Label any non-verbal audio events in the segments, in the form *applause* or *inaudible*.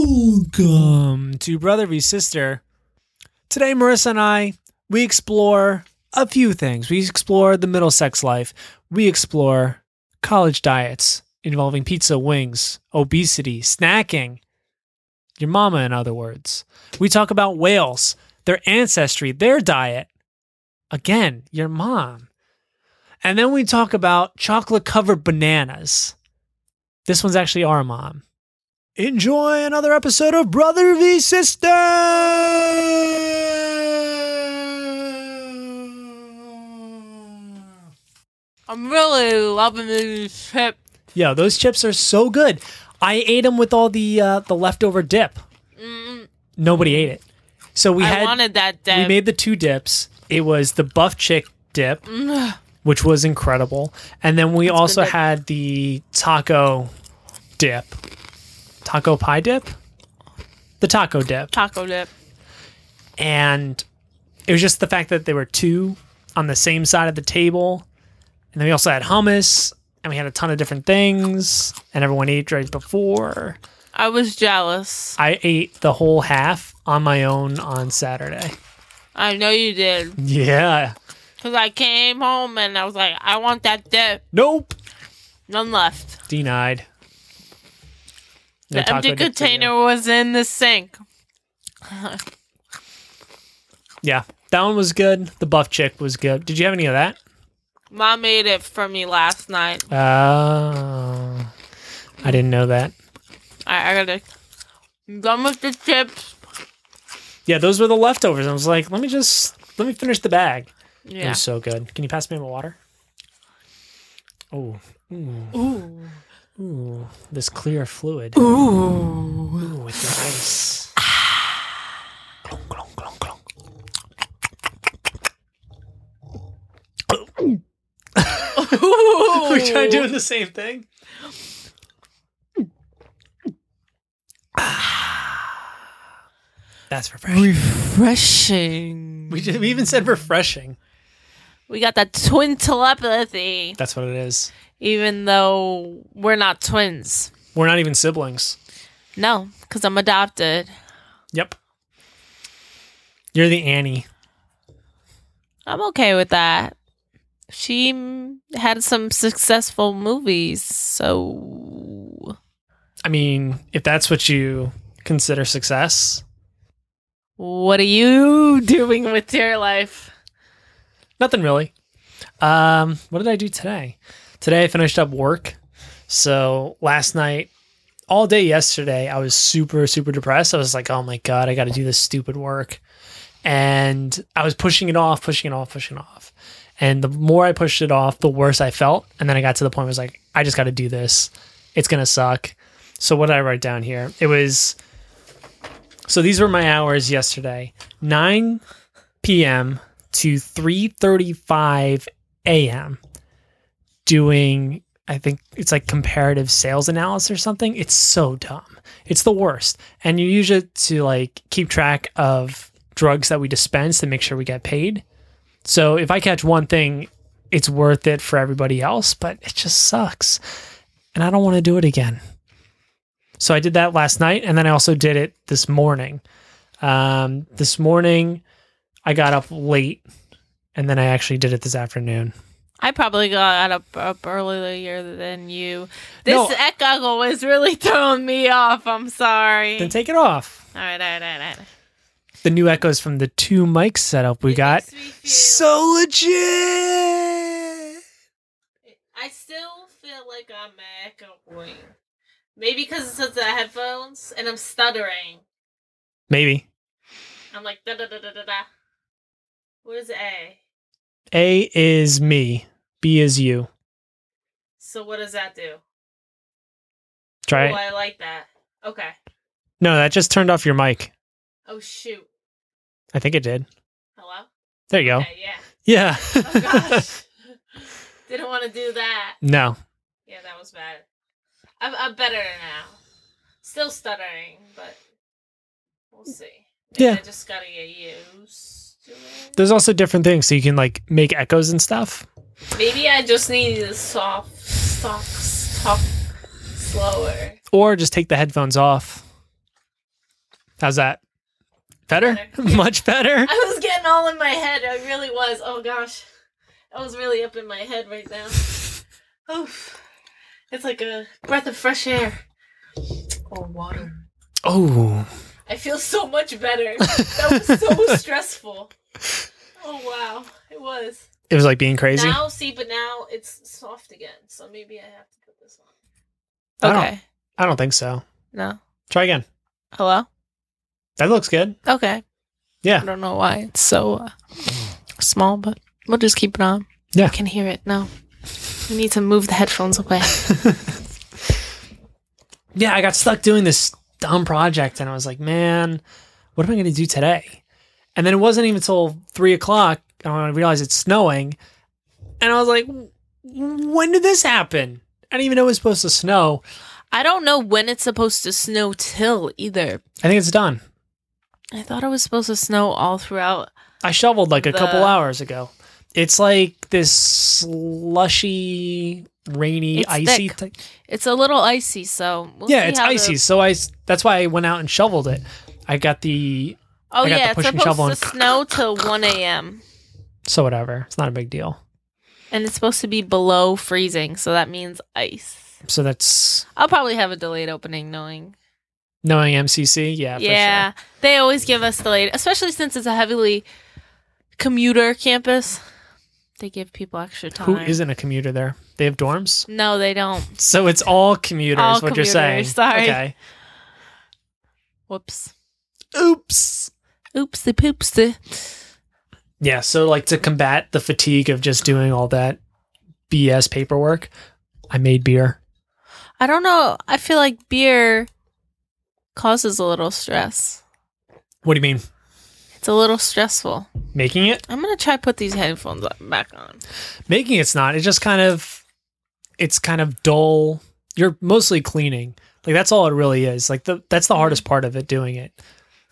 Welcome to Brother v Sister. Today, Marissa and I, we explore a few things. We explore the middle sex life, we explore college diets involving pizza, wings, obesity, snacking, your mama, in other words. We talk about whales, their ancestry, their diet. Again, your mom. And then we talk about chocolate covered bananas. This one's actually our mom. Enjoy another episode of Brother v Sister. I'm really loving this chip. Yo, those chips are so good. I ate them with all the uh, the leftover dip. Nobody ate it, so we Mm. I had wanted that we dip. made the two dips. It was the buff chick dip, which was incredible, and then we also Mm. good. had the taco dip, taco pie dip, the taco dip. taco dip. and it was just the fact that there were two on the same side of the table and then we also had hummus and we had a ton of different things and everyone ate right before I was jealous. i ate the whole half on my own on saturday I know you did. Mm. yeah Because I came home and I was like, I want that dip. nope None left. denied No the taco empty dip for you. container was in the sink. yeah that one was good the buff chick was good did you have any of that Mom made it for me last night. uh, i didn't know that I, I gotta. I'm done with the chips. yeah those were the leftovers i was like let me just let me finish the bag It Yeah. was so good. Can you pass me my water? Oh, Ooh. ooh, this clear fluid. Ooh. Ooh, with the ice. Clunk, clunk, clunk, clunk. Are *laughs* we trying to do the same thing? *sighs* That's refreshing. Refreshing. We, just, we even said refreshing. We got that twin telepathy, That's what it is. even though we're not twins. We're not even siblings. No, because I'm adopted. Yep. You're the Annie. I'm okay with that. She mm, had some successful movies, so I mean, if that's what you consider success, what are you *laughs* doing with your life? nothing really. Um, what did I do today? Today I finished up work. So last night, all day yesterday, I was super, super depressed. I was like, oh my God, I got to do this stupid work. And I was pushing it off, pushing it off, pushing it off. And the more I pushed it off, the worse I felt. And then I got to the point where I was like, I just got to do this. It's going to suck. So what did I write down here? It was so these were my hours yesterday 9 p.m. to 3:35 a.m. doing I think it's like comparative sales analysis or something. It's so dumb. It's the worst. And you use it to like keep track of drugs that we dispense to make sure we get paid. So if I catch one thing, it's worth it for everybody else, but it just sucks. And I don't want to do it again. So I did that last night and then I also did it this morning. Um, this morning I got up late and then I actually did it this afternoon. I probably got up, up earlier than you. This No. echo is really throwing me off. I'm sorry. Then take it off. all right, all right, all right. all right. The new echoes from the two mic setup we got. Makes me feel- So legit. I still feel like I'm echoing. Maybe because it's the headphones and I'm stuttering. Maybe. I'm like da da da da da da. Where's A? A is me. B is you. So what does that do? Try Oh, it. I like that. Okay. No, that just turned off your mic. Oh shoot. I think it did. Hello. There you go. Okay, yeah. Yeah. Oh gosh. *laughs* Didn't want to do that. *laughs* no. Yeah, that was bad. I'm, I'm better now. Still stuttering, but we'll see. Maybe Yeah. I just gotta get used to it. There's also different things so you can like make echoes and stuff. Maybe I just need to soft, soft, talk slower. or just take the headphones off. How's that? Better? *laughs* Better. Much better? I was getting all in my head. I really was. Oh gosh, I was really up in my head right now. Oh, it's like a breath of fresh air or water. Oh, I feel so much *laughs* better. That was so stressful. Oh wow, it was. it was like being crazy. Now, see, but now it's soft again. So maybe I have to put this I on. don't- I don't think so. No. Try again. Hello. That looks good. Okay. Yeah. I don't know why it's so uh, small, but we'll just keep it on. Yeah. I can hear it. No. We need to move the headphones away. yeah, I got stuck doing this dumb project and I was like, man, what am I going to do today? And then it wasn't even until three o'clock and I realized it's snowing. And I was like, when did this happen? I didn't even know it was supposed to snow. I don't know when it's supposed to snow till either. I think it's done. I thought it was supposed to snow all throughout. I shoveled like a couple The- hours ago. It's like this slushy, rainy, It's icy thick. type. It's a little icy, so we'll yeah, see it's how the- icy. So I s- that's why I went out and shoveled it. I got the oh I got the yeah, it's push and supposed shovel to and- *laughs* snow till one a.m. so whatever. It's not a big deal. and it's supposed to be below freezing, so that means ice. So that's I'll probably have a delayed opening, knowing knowing MCC. Yeah, for Yeah, they always give us the late, especially since it's a heavily commuter campus. They give people extra sure. Who time. isn't a commuter there? They have dorms. No, they don't. So it's all commuters. All what you're saying? commuters, sorry. Okay. Whoops. Oops. Oopsie poopsie. Yeah. So like to combat the fatigue of just doing all that BS paperwork, I made beer. I don't know. I feel like beer causes a little stress. What do you mean? It's a little stressful. Making it? I'm gonna try put these headphones up- back on. making it's not it's just kind of it's kind of dull you're mostly cleaning like that's all it really is like the, that's the hardest part of it doing it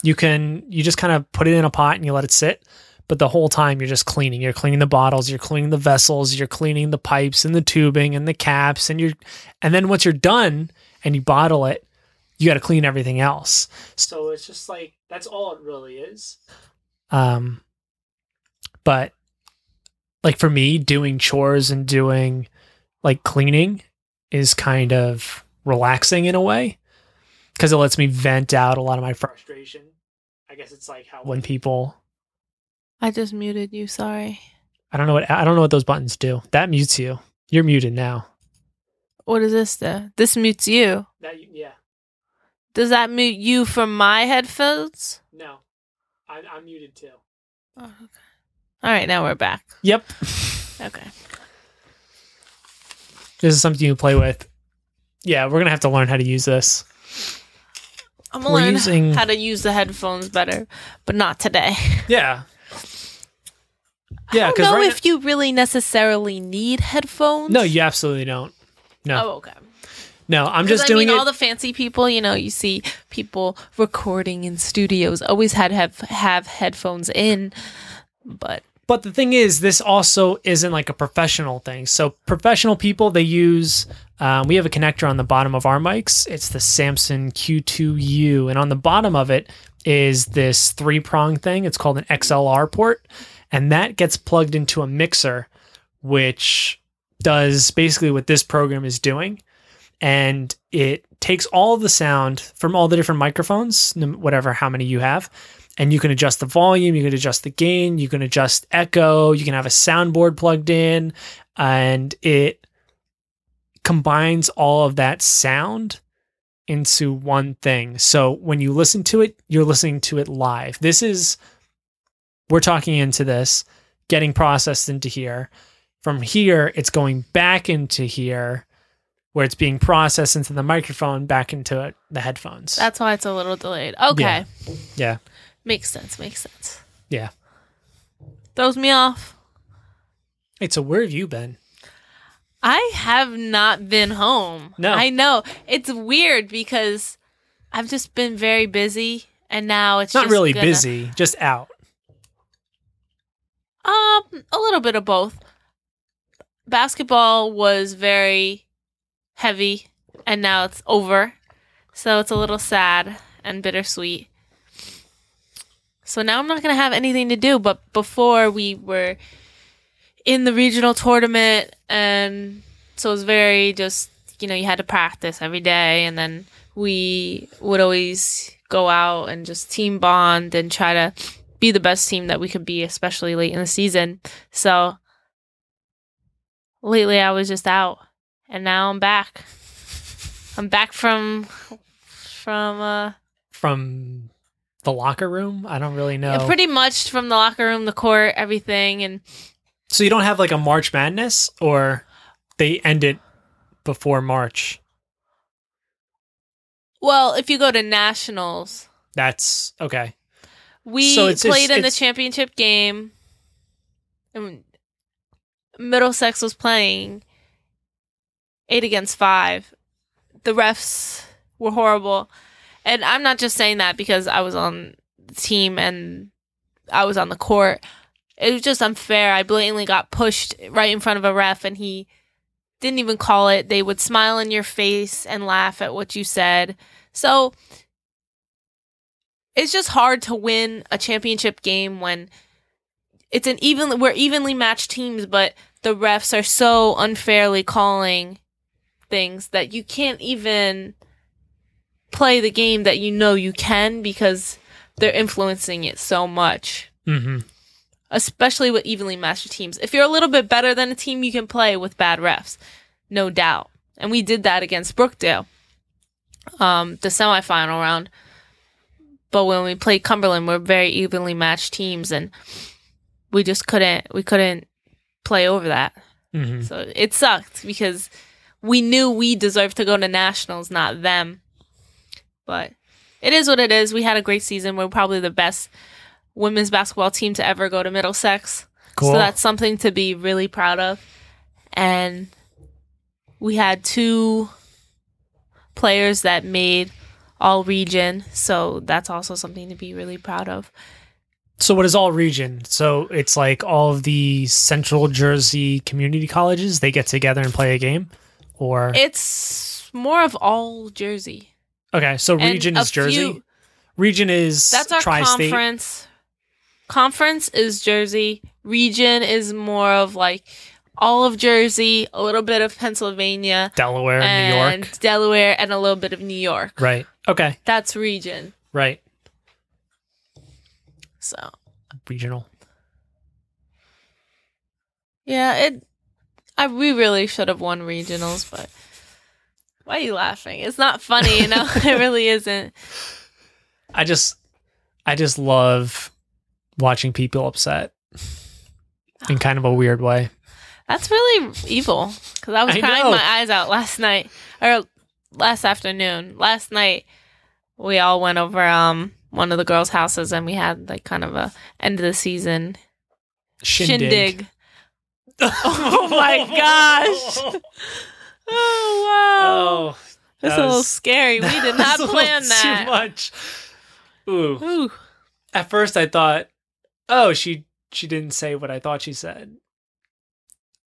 you can you just kind of put it in a pot and you let it sit but the whole time you're just cleaning you're cleaning the bottles you're cleaning the vessels you're cleaning the pipes and the tubing and the caps and you're and then once you're done and you bottle it you got to clean everything else so it's just like that's all it really is um but like for me doing chores and doing like cleaning is kind of relaxing in a way because it lets me vent out a lot of my frustration i guess it's like how when people I just muted you. Sorry. i don't know what i don't know what those buttons do that mutes you you're muted now What is this? There. This mutes you. that yeah Does that mute you from my headphones? no I, i'm muted too Oh, okay. All right, now we're back. yep Okay. this is something you play with yeah we're gonna have to learn how to use this I'm We're gonna learn using- how to use the headphones better, but not today. yeah I yeah don't know right if you really necessarily need headphones. no, no you absolutely don't no Oh, okay. no i'm just I doing mean, it all the fancy people, you know, you see people recording in studios always had have have headphones in, but But the thing is, this also isn't like a professional thing. So professional people, they use. Um, we have a connector on the bottom of our mics. It's the Samson Q2U, and on the bottom of it is this three prong thing. It's called an XLR port, and that gets plugged into a mixer, which does basically what this program is doing, and it takes all the sound from all the different microphones, no- whatever how many you have, and you can adjust the volume, you can adjust the gain, you can adjust echo, you can have a soundboard plugged in, and it combines all of that sound into one thing. So when you listen to it, you're listening to it live. This is we're talking into this, getting processed into here. From here, it's going back into here where it's being processed into the microphone back into the headphones. that's why it's a little delayed. Okay. Yeah. Yeah. Makes sense, makes sense. Yeah. Throws me off. Hey, so where have you been? I have not been home. No. I know. It's weird because I've just been very busy and now it's Not just really gonna- busy, just out. Um, a little bit of both. Basketball was very heavy and now it's over. So it's a little sad and bittersweet. So now I'm not going to have anything to do. But before we were in the regional tournament, and so it was very just, you know, you had to practice every day. And then we would always go out and just team bond and try to be the best team that we could be, especially late in the season. So lately I was just out and now I'm back. I'm back from from uh From the locker room? I don't really know. yeah, pretty much from the locker room, the court, everything and so you don't have like a March Madness or they end it before March. well, if you go to nationals, That's okay. we So it's- played it's- in the it's- championship game and Middlesex was playing 8 against 5. The refs were horrible. And I'm not just saying that because I was on the team and I was on the court. It was just unfair. I blatantly got pushed right in front of a ref and he didn't even call it. They would smile in your face and laugh at what you said. So it's just hard to win a championship game when it's an even we're evenly matched teams, but the refs are so unfairly calling things that you can't even play the game that you know you can because they're influencing it so much. hmm Especially with evenly matched teams. If you're a little bit better than a team, you can play with bad refs, no doubt. And we did that against Brookdale, um, the semifinal round. But when we played Cumberland, we're very evenly matched teams, and we just couldn't we couldn't play over that. hmm So it sucked because we knew we deserved to go to nationals, not them. But it is what it is. We had a great season. We're probably the best women's basketball team to ever go to Middlesex. Cool. So that's something to be really proud of. And we had two players that made all region. So that's also something to be really proud of. So what is all region? So it's like all of the Central Jersey community colleges they get together and play a game, or It's more of all Jersey. okay. So And region a is Jersey. few- region is That's our tri-state. conference. Conference is Jersey. Region is more of like all of Jersey, a little bit of Pennsylvania, Delaware, and New York. Delaware, and a little bit of New York. Right. Okay. That's region. Right. So Regional. yeah, it. I we really should have won regionals, but why are you laughing? It's not funny, you know. *laughs* it really isn't. I just, I just love watching people upset in kind of a weird way. That's really evil because I was I crying know. my eyes out last night or last afternoon. Last night we all went over um one of the girls' houses and we had like kind of a end of the season Shindig. shindig. *laughs* Oh my *laughs* gosh. Oh wow, Oh, that's that a little was- scary. *laughs* We did not that's a little plan that. Too much. Ooh. Ooh. at first I thought, oh, she she didn't say what I thought she said.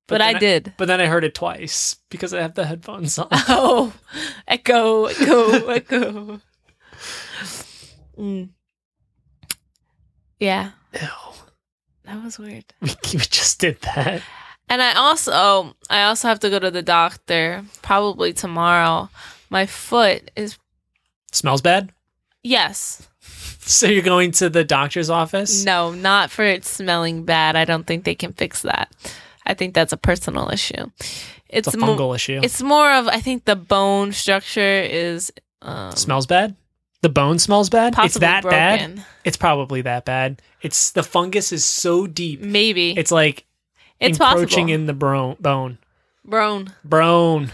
But, then *laughs* I did. But then I heard it twice because I have the headphones *laughs* on. Oh, *laughs* echo, echo, echo. Mm. Yeah, Ew, that was weird. we, we just did that. And I also oh, I also have to go to the doctor probably tomorrow. My foot is Smells bad. yes. So you're going to the doctor's office? No, not for it smelling bad. I don't think they can fix that. I think that's a personal issue. It's, it's a mo- fungal issue. it's more of I think the bone structure is um, smells bad. The bone smells bad. possibly It's that bad. broken. It's probably that bad. It's the fungus is so deep. Maybe it's, It's like encroaching possible. in the bro- bone. Bone. Bone.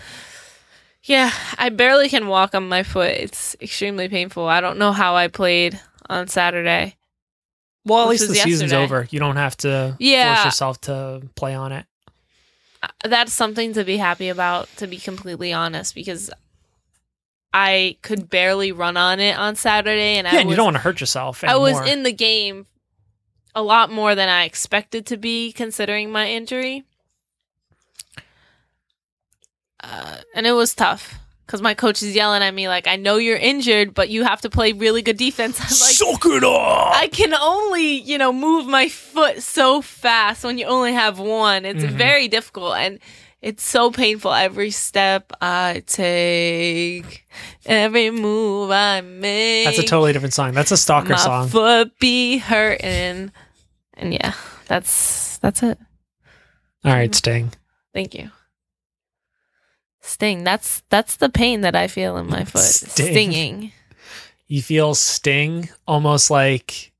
Yeah, I barely can walk on my foot. It's extremely painful. I don't know how I played on Saturday. Well, at Which least the was season's yesterday. over. You don't have to force Yeah. yourself to play on it. uh, that's something to be happy about to be completely honest because i could barely run on it on saturday and yeah, i and was, you don't want to hurt yourself. I was anymore. in *laughs* the game a lot more than i expected to be considering my injury uh, and it was tough because my coach is yelling at me like, "I know you're injured, but you have to play really good defense." *laughs* I'm like, Suck it up. I can only, you know, move my foot so fast when you only have one. It's Mhm. very difficult and it's so painful every step I take, every move I make. That's a totally different song. That's a stalker my song. foot be hurting, and yeah, that's that's it. All right, Sting. Thank you. Sting. That's that's the pain that I feel in my foot. Sting. Stinging. You feel Sting almost like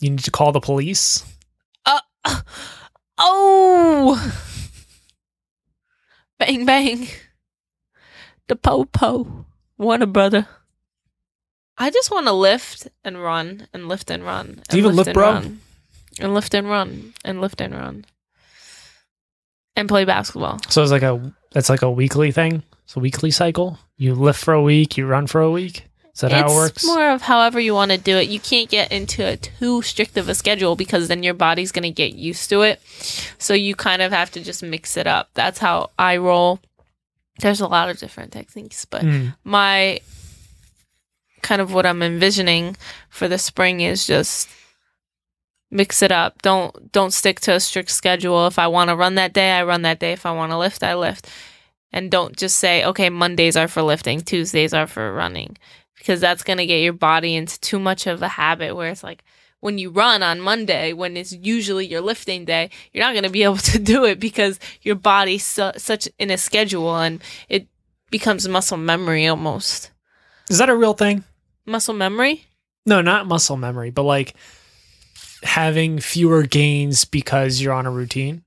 you need to call the police. *laughs* Oh! bang bang. The po po. Warner brother. I just want to lift and run and lift and run. And you even lift, and bro? Run, and lift and run and lift and run. And play basketball. So it's like a that's like a weekly thing. It's a weekly cycle. You lift for a week, you run for a week. Is that how it's it works? more of however you want to do it. You can't get into a too strict of a schedule because then your body's going to get used to it. So you kind of have to just mix it up. That's how I roll. There's a lot of different techniques, but Mm. my kind of what I'm envisioning for the spring is just mix it up. Don't don't stick to a strict schedule. If I want to run that day, I run that day. If I want to lift, I lift. And don't just say, "Okay, Mondays are for lifting, Tuesdays are for running." Because that's going to get your body into too much of a habit where it's like when you run on Monday, when it's usually your lifting day, you're not going to be able to do it because your body's su- such in a schedule and it becomes muscle memory almost. Is that a real thing? Muscle memory? No, not muscle memory, but like having fewer gains because you're on a routine.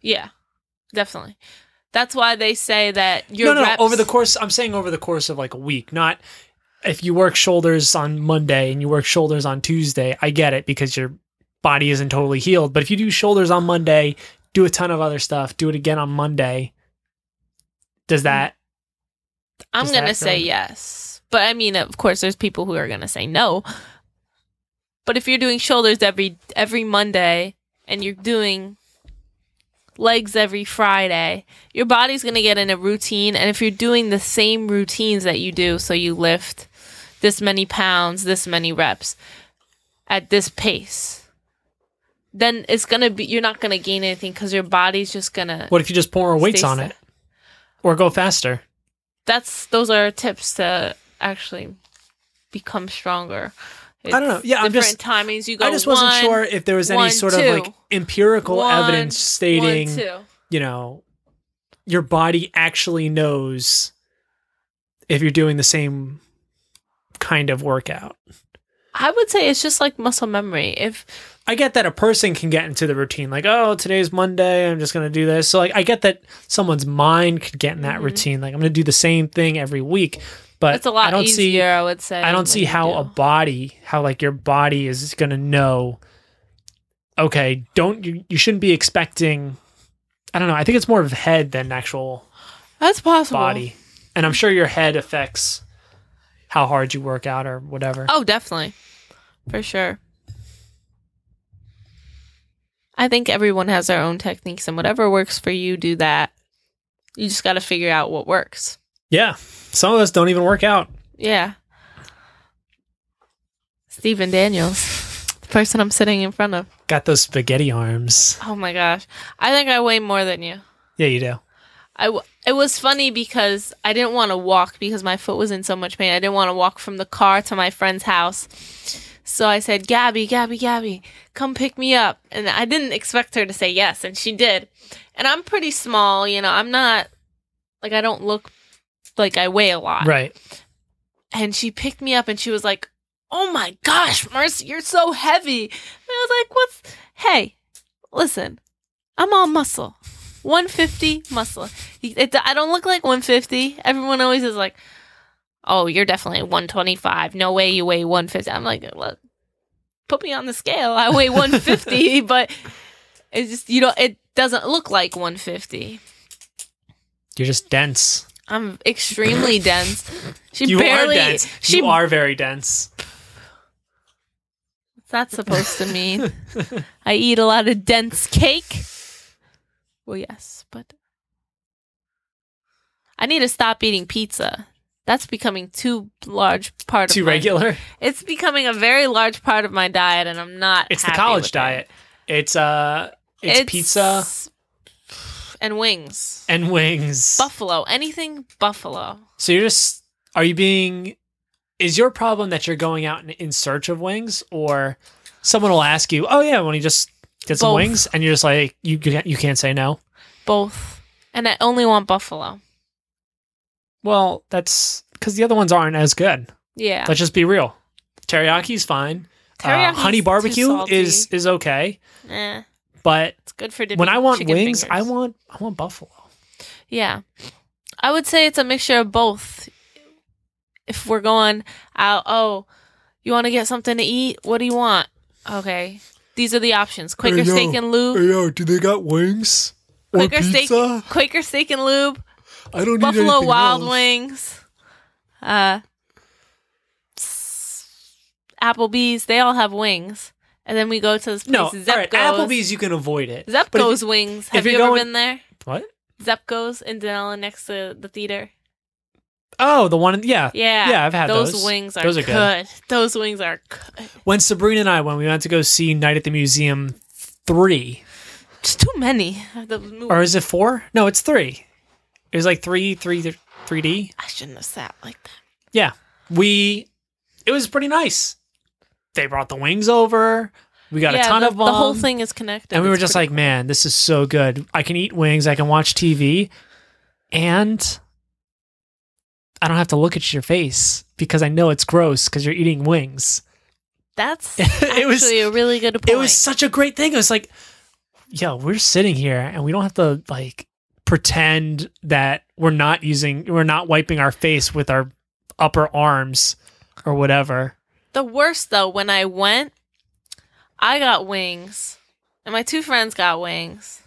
Yeah, definitely. That's why they say that your no, no, reps- over the course. I'm saying over the course of like a week, not if you work shoulders on Monday and you work shoulders on Tuesday. I get it because your body isn't totally healed. But if you do shoulders on Monday, do a ton of other stuff, do it again on Monday. Does that? I'm does going to that say count? yes. But I mean, of course, there's people who are going to say no. But if you're doing shoulders every every Monday and you're doing legs every Friday, your body's going to get in a routine and if you're doing the same routines that you do, so you lift this many pounds, this many reps at this pace, then it's going to be you're not going to gain anything cuz your body's just going to What if you just put more weights Stay on set. it, or go faster? that's those are tips to actually become stronger. I don't know. Yeah, I'm just- different timings. You go. I just wasn't one, sure if there was any one, sort two. of like empirical one, evidence stating, one, two. you know, your body actually knows if you're doing the same kind of workout. I would say it's just like muscle memory. If I get that a person can get into the routine, like, oh, today's Monday, I'm just gonna do this. So like I get that someone's mind could get in that Mhm. routine, like I'm gonna do the same thing every week. But it's a lot I don't see easier, I would say. I when don't see you how do. a body, how like your body is going to know. Okay, don't you? You shouldn't be expecting. I don't know. I think it's more of head than actual Oh, that's possible. body, and I'm sure your head affects how hard you work out or whatever. Oh, definitely, for sure. I think everyone has their own techniques, and whatever works for you, do that. You just got to figure out what works. Yeah, some of us don't even work out. Yeah. Steven Daniels, the person I'm sitting in front of. Got those spaghetti arms. Oh my gosh. I think I weigh more than you. Yeah, you do. I w- it was funny because I didn't want to walk because my foot was in so much pain. I didn't want to walk from the car to my friend's house. So I said, Gabby, Gabby, Gabby, come pick me up. And I didn't expect her to say yes, and she did. And I'm pretty small, you know, I'm not like I don't look like I weigh a lot. Right. and she picked me up and she was like, "Oh my gosh, Marcy, you're so heavy." And I was like, "What's? Hey, listen, I'm all muscle, 150 muscle. It, I don't look like 150. Everyone always is like, "Oh, you're definitely 125. No way you weigh 150." I'm like, "Look, put me on the scale. I *laughs* weigh 150, but it's just you know it doesn't look like 150." You're just dense. I'm extremely dense. She You barely. are dense. She you are very dense. What's that supposed to mean? I eat a lot of dense cake. Well, yes, but I need to stop eating pizza. That's becoming too large part of Too my- regular. It's becoming a very large part of my diet, and I'm not. It's the happy college with it. diet. It's uh, it's, pizza and wings, and wings. buffalo, anything buffalo. So you're just are you being? Is your problem that you're going out in, in search of wings, or someone will ask you, "Oh yeah, want to just get some Both. wings?" And you're just like, you can't- you can't say no. Both. And I only want buffalo. Well, that's because the other ones aren't as good. Yeah. Let's just be real. Teriyaki fine. Uh, Teriyaki honey is too barbecue is salty. is okay, Eh, but it's good for dipping when I want chicken wings, I fingers. want I want buffalo. Yeah. I would say it's a mixture of both. If we're going out, oh, you want to get something to eat? What do you want? Okay. These are the options. Quaker yo. steak and lube. yo, do they got wings Quaker steak Quaker steak and lube. I don't Buffalo Wild Wings. Uh s- Applebee's, they all have wings. And then we go to this place No, all Zepco's. right, Applebee's you can avoid it. But if Zepco's you- wings. if Have you you're ever going- been there? What? Zepco's in Denali next to the theater. Oh, the one. Yeah, Yeah. Yeah, I've had those. wings are, Those are good. good. Those wings are good. when Sabrina and I when we went to go see Night at the Museum three Just too many. The movie. or is it four? No, it's three. It was like three, three, three D. I shouldn't have sat like that. Yeah, we. It was pretty nice. They brought the wings over. We got yeah, a ton the, of them. the whole thing is connected. and we were It's just pretty like, man, this is so good. I can eat wings. I can watch TV, and I don't have to look at your face because I know it's gross because you're eating wings. *laughs* that's It actually was- a really good point. It was such a great thing. It was like, yo, we're sitting here and we don't have to like pretend that we're not using, we're not wiping our face with our upper arms or whatever. The worst though, when I went, I got wings, and my two friends got wings,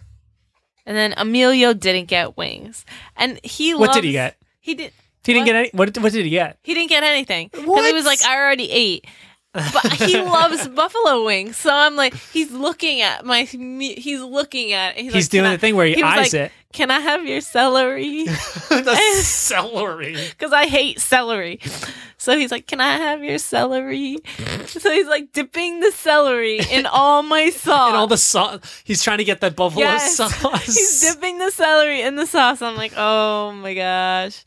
and then Emilio didn't get wings, and he. What did loves- he get? He did. He didn't What? get any. What, what did he get? He didn't get anything because he What? was like, I already ate. *laughs* But he loves buffalo wings, so I'm like, he's looking at my. He's looking at. It. He's, He's like, doing "Can I- the thing where he, he was eyes *laughs* like- Can I have your *laughs* celery? it. *laughs* the celery. because I hate celery. So he's like, Can I have your celery? So he's like dipping the celery in *laughs* all my sauce. And all the sauce. He's trying to get that buffalo Yes. *laughs* sauce. he's dipping the celery in the sauce. I'm like, Oh my gosh.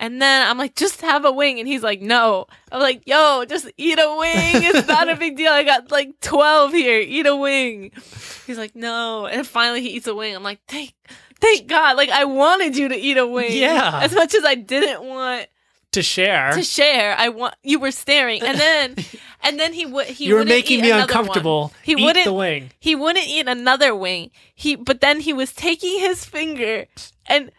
And then I'm like, just have a wing. And he's like, no. I'm like, yo, just eat a wing. It's *laughs* not a big deal. I got like 12 here. Eat a wing. He's like, no. And finally he eats a wing. I'm like, thank, thank God. Like, I wanted you to eat a wing. Yeah. As much as I didn't want to share. to share. I want you were staring, and *laughs* then and then he would he you were wouldn't making eat me another uncomfortable. one. He Eat wouldn't the wing. he wouldn't eat another wing. He but then he was taking his finger and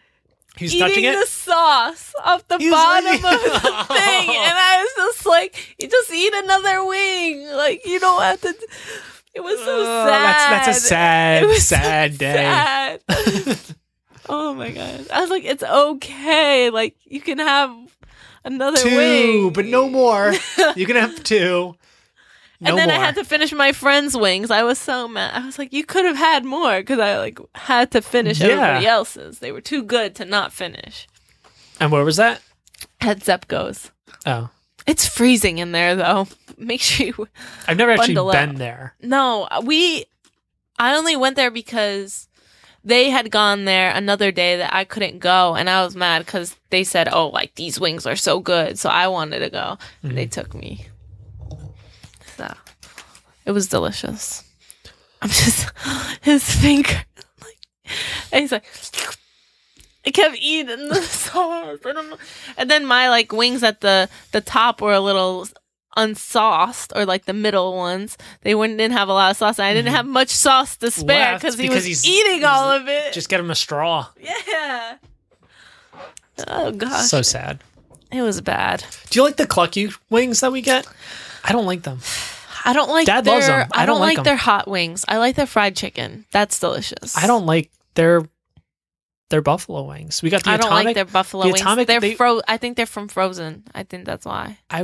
He's touching eating it. the sauce off the He was bottom of eating- the thing, and I was just like, "You just eat another wing. Like you don't have to." It was so Oh, sad. That's, that's a sad, It was *laughs* so sad day. *laughs* sad. *laughs* oh my gosh. I was like, it's okay. Like you can have another two, wing. but no more. you can have *laughs* two. No and then more. I had to finish my friend's wings. I was so mad. I was like, you could have had more because I like had to finish Yeah. everybody else's. They were too good to not finish. and where was that? At Zepco's. Oh, It's freezing in there though. *laughs* Make sure you I've never actually Bundle been up. there. No, we. I only went there because they had gone there another day that I couldn't go, and I was mad because they said, "Oh, like these wings are so good," so I wanted to go. and Mm-hmm. They took me. So it was delicious. I'm just *laughs* his finger, *laughs* like, and he's like. I kept eating the *laughs* sauce, I don't know. and then my like wings at the the top were a little unsauced, or like the middle ones, they wouldn't didn't have a lot of sauce. And I didn't have much sauce to spare Left, cause he Mm-hmm. because was he's- eating he's all of it. Just get him a straw. yeah. Oh gosh, So sad. it was bad. Do you like the clucky wings that we get? I don't like them. I don't like Dad their, loves 'em. I, don't like, 'em. their hot wings. I like their fried chicken. That's delicious. I don't like their their buffalo wings. We got the I don't atomic. like their buffalo the wings. atomic- they're they- fro. I think they're from Frozen. I think that's why I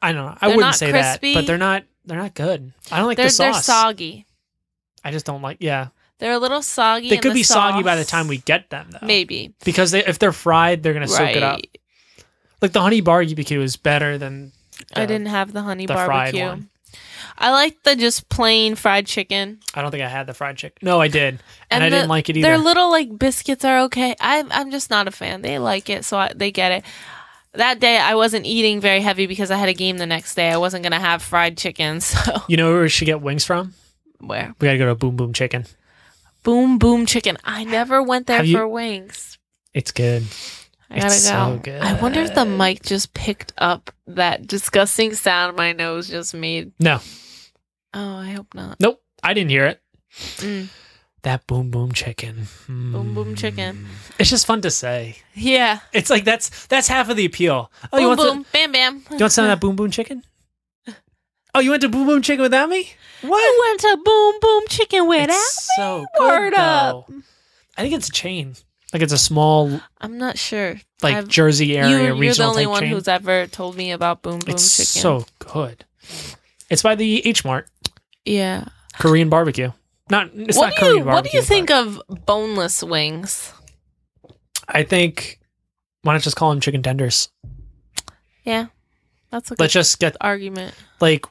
I don't know. I They're wouldn't not say that, crispy. but they're not they're not good. I don't like they're the sauce. they're soggy. I just don't like. Yeah, They're a little soggy. They in could the be soggy by the sauce. time we get them, though. Maybe. Because they, if they're fried, they're going to soak it up. Right. Like the honey barbecue is better than. I the- didn't have the honey uh, the fried barbecue. one. I like the just plain fried chicken. I don't think I had the fried chicken. No, I did. And, I the- didn't like it Their either. little like biscuits are okay. I'm I'm just not a fan. They like it, so I, they get it. That day I wasn't eating very heavy because I had a game the next day. I wasn't gonna have fried chicken, *laughs* so you know where we should get wings from? where We got to go to Boom Boom Chicken. boom boom chicken. I never went there Have you- for wings. It's good. I gotta It's go. so good. I wonder if the mic just picked up that disgusting sound my nose just made. No. Oh, I hope not. Nope. I didn't hear it. Mm. That Boom Boom Chicken. Boom Boom Chicken. Mm. It's just fun to say. Yeah. It's like that's that's half of the appeal. Oh, you boom want boom. The, bam bam. you want some of that Boom Boom Chicken? Oh, you went to Boom Boom Chicken without me? What? *laughs* I went to boom boom chicken without It's so me. good, Word up. though. I think it's a chain. Like it's a small I'm not sure. like I've- Jersey area you, you're the regional only type one chain. who's ever told me about Boom Boom it's Chicken. so good. It's by the H Mart yeah. Korean barbecue. Not it's what not do you Korean barbecue. What do you but think of boneless wings? I think why not just call them chicken tenders? Yeah, that's a good Let's just get argument. like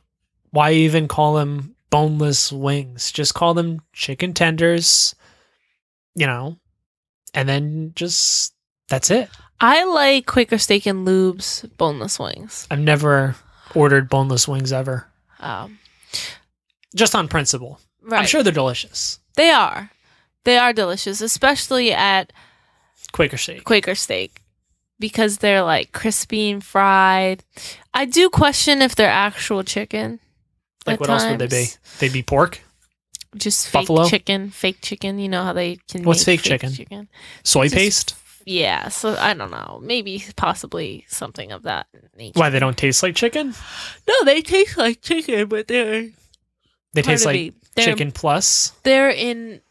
why even call them boneless wings? Just call them chicken tenders, you know, and then just that's it. I like Quaker Steak and Lube's boneless wings. I've never ordered boneless wings ever, Um, just on principle. right, I'm sure they're delicious. they are. They are delicious, especially at Quaker shake. Quaker Steak, because they're like crispy and fried. I do question if they're actual chicken. Like at what else would they be? times. They'd be pork, Just fake Buffalo? chicken, fake chicken. You know how they can. What's make fake chicken? chicken? soy Just- paste. Yeah, so I don't know. Maybe possibly something of that nature. Why they don't taste like chicken? No, they taste like chicken, but they're They part taste of like me. They're, chicken plus. They're in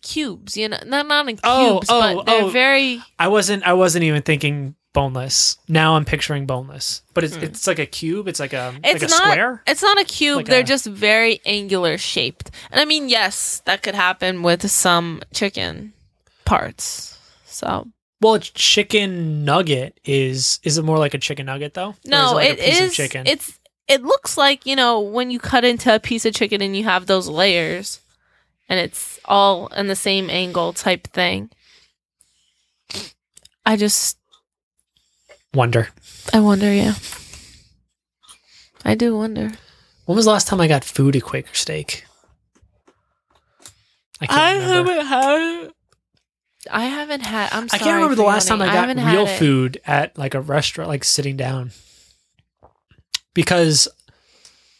cubes, you know, not not in cubes, Oh, oh, but they're oh. very I wasn't. I wasn't even thinking boneless. Now I'm picturing boneless, but it's Hmm. it's like a cube. It's like a It's like a not- square. It's not a cube. Like they're a- just very angular shaped. And I mean, yes, that could happen with some chicken parts. So Well, it's chicken nugget is is it more like a chicken nugget though? Or no, is it, like it a piece is. of chicken. It's it looks like you know when you cut into a piece of chicken and you have those layers, and it's all in the same angle type thing. I just Wonder. I wonder, yeah. I do wonder. When was the last time I got food at Quaker Steak? I can't remember. had. I haven't had. I'm I sorry. can't remember the for last time I yawning. got haven't had real it. food at like a restaurant, like sitting down. Because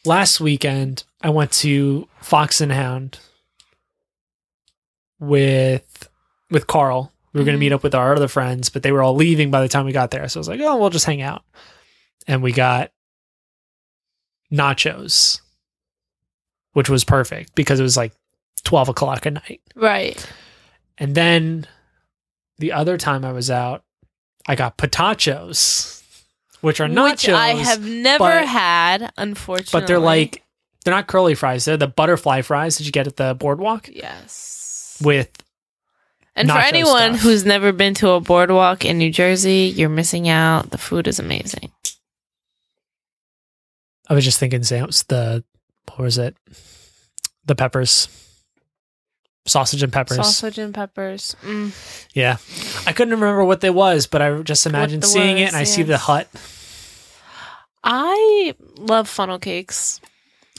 last weekend I went to Fox and Hound with with Carl. We were going to Mhm. meet up with our other friends, but they were all leaving by the time we got there. So I was like, "Oh, we'll just hang out." And we got nachos, which was perfect because it was like twelve o'clock at night. Right. And then the other time I was out, I got potachos, which are nachos, Which I have never but- had, unfortunately. but they're like they're not curly fries. They're the butterfly fries that you get at the boardwalk Yes. with and for nacho anyone stuff. who's never been to a boardwalk in New Jersey, you're missing out. The food is amazing. I was just thinking Sam's the what was it? The peppers. Sausage and peppers. Sausage and peppers. Mm. Yeah. I couldn't remember what they was, but I just imagined the seeing it was, and I see yes. the hut. I love funnel cakes.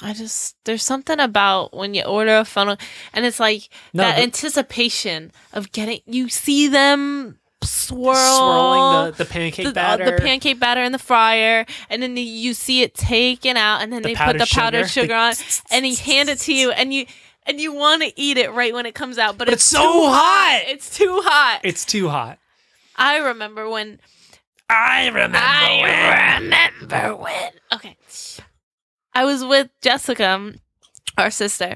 I just there's something about when you order a funnel and it's like No, that the- anticipation of getting you see them swirl swirling the, the pancake the, uh, batter. the pancake batter in the fryer and then you see it taken out and then The they put powdered the powdered sugar. sugar, The- *laughs* on and they hand it to you and you and you want to eat it right when it comes out but, But it's, it's so too hot! it's too hot it's too hot. i remember when I remember. I remember when. Okay. I was with Jessica, um, our sister,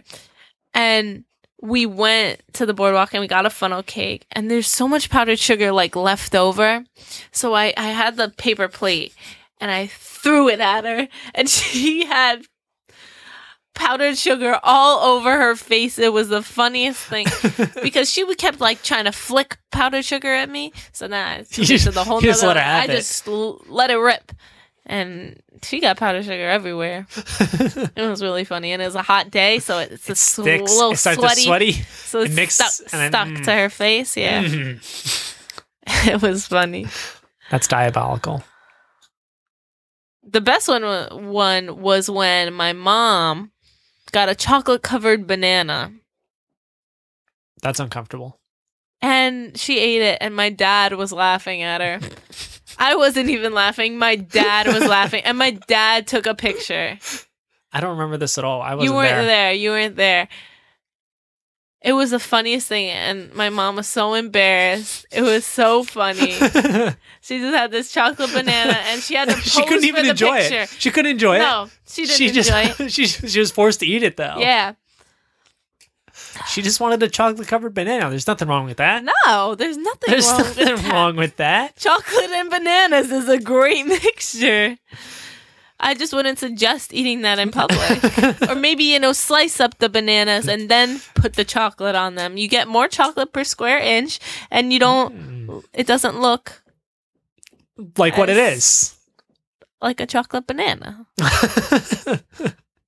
and we went to the boardwalk and we got a funnel cake. And there's so much powdered sugar like left over. So I, I had the *laughs* paper plate and I threw it at her. And she had powdered sugar all over her face. It was the funniest thing because she would kept like trying to flick powdered sugar at me. So now I took it to the whole You just nother- let her have I it. just l- let it rip, and she got powdered sugar everywhere. It was really funny, and it was a hot day, so it's a sl- Sticks. little It starts sweaty. to sweaty. So It it mixed, stuck, and then, stuck mm. to her *laughs* face. Yeah, Mhm. mm. *laughs* it was funny. That's diabolical. The best one wa- one was when my mom got a chocolate covered banana. That's uncomfortable. and she ate it and my dad was laughing *laughs* at her i wasn't even laughing my dad was laughing and my dad took a picture I don't remember this at all. I wasn't you weren't there. there. you weren't there it was the funniest thing and my mom was so embarrassed it was *laughs* so funny she just had this chocolate banana and she had to pose she couldn't even for the enjoy picture it. She couldn't enjoy it. no she didn't She just *laughs* enjoy it she she was forced to eat it though. yeah She just wanted a chocolate covered banana. There's nothing wrong with that. no there's nothing There's wrong with nothing that. wrong with that. Chocolate and bananas is a great *laughs* mixture. I just wouldn't suggest eating that in *laughs* public. *laughs* or maybe, you know, slice up the bananas and then put the chocolate on them. You get more chocolate per square inch and you don't, Mm. it doesn't look like what it Yes. is. like a chocolate banana. *laughs*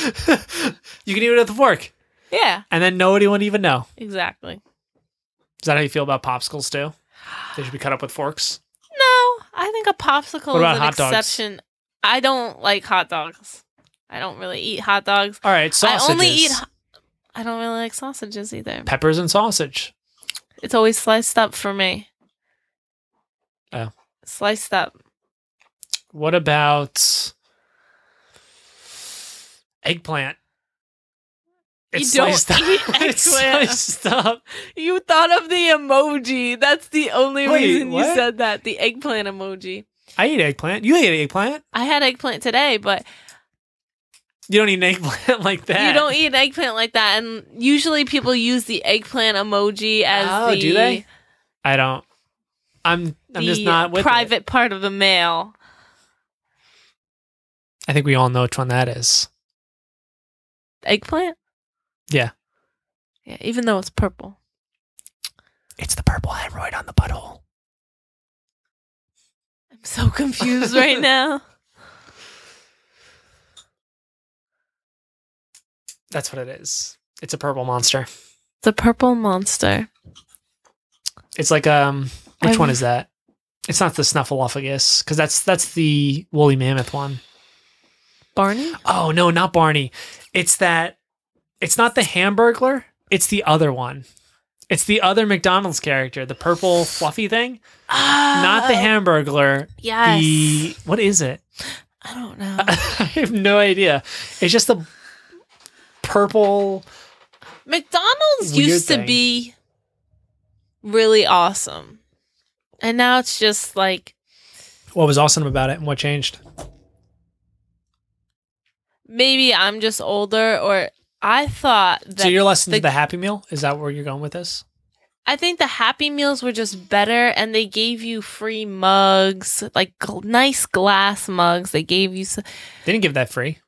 you can eat it with a fork, Yeah, and then nobody would even know. exactly. Is that how you feel about popsicles too? They should be cut up with forks. No, I think a popsicle What about is an hot dogs? exception. I don't like hot dogs. I don't really eat hot dogs. All right, sausages. I only eat, I don't really like sausages either. peppers and sausage. It's always sliced up for me. Oh. Sliced up. What about eggplant? It's You don't sliced up. eat *laughs* It's eggplant. sliced up. You thought of the emoji. That's the only Wait, reason you what? said that. The eggplant emoji. I eat eggplant. You eat eggplant. I had eggplant today, but You don't eat an eggplant *laughs* like that. you don't eat an eggplant like that. And usually people use the eggplant emoji as Oh, the, do they? I don't. I'm. I'm just the not with it. private part of the mail. I think we all know which one that is. Eggplant? Yeah. Yeah, even though it's purple. It's the purple hemorrhoid on the butthole. I'm so *laughs* *laughs* confused right now. That's what it is. It's a purple monster. The purple monster. It's like um. Which I've- one is that? It's not the snuffleupagus because that's that's the woolly mammoth one. Barney? Oh no, not Barney. It's that. It's not the Hamburglar. It's the other one. It's the other McDonald's character, the purple fluffy thing. Not the Oh, Hamburglar. Yes. The what is it? *laughs* I don't know. I have no idea. It's just a purple. McDonald's Weird used to thing. be really awesome. And now it's just like What was awesome about it and what changed? maybe I'm just older or I thought that so you're less into the- the, Happy Meal. Is that where you're going with this? I think the Happy Meals were just better and they gave you free mugs, like gl- nice glass mugs. They gave you s They didn't give that free.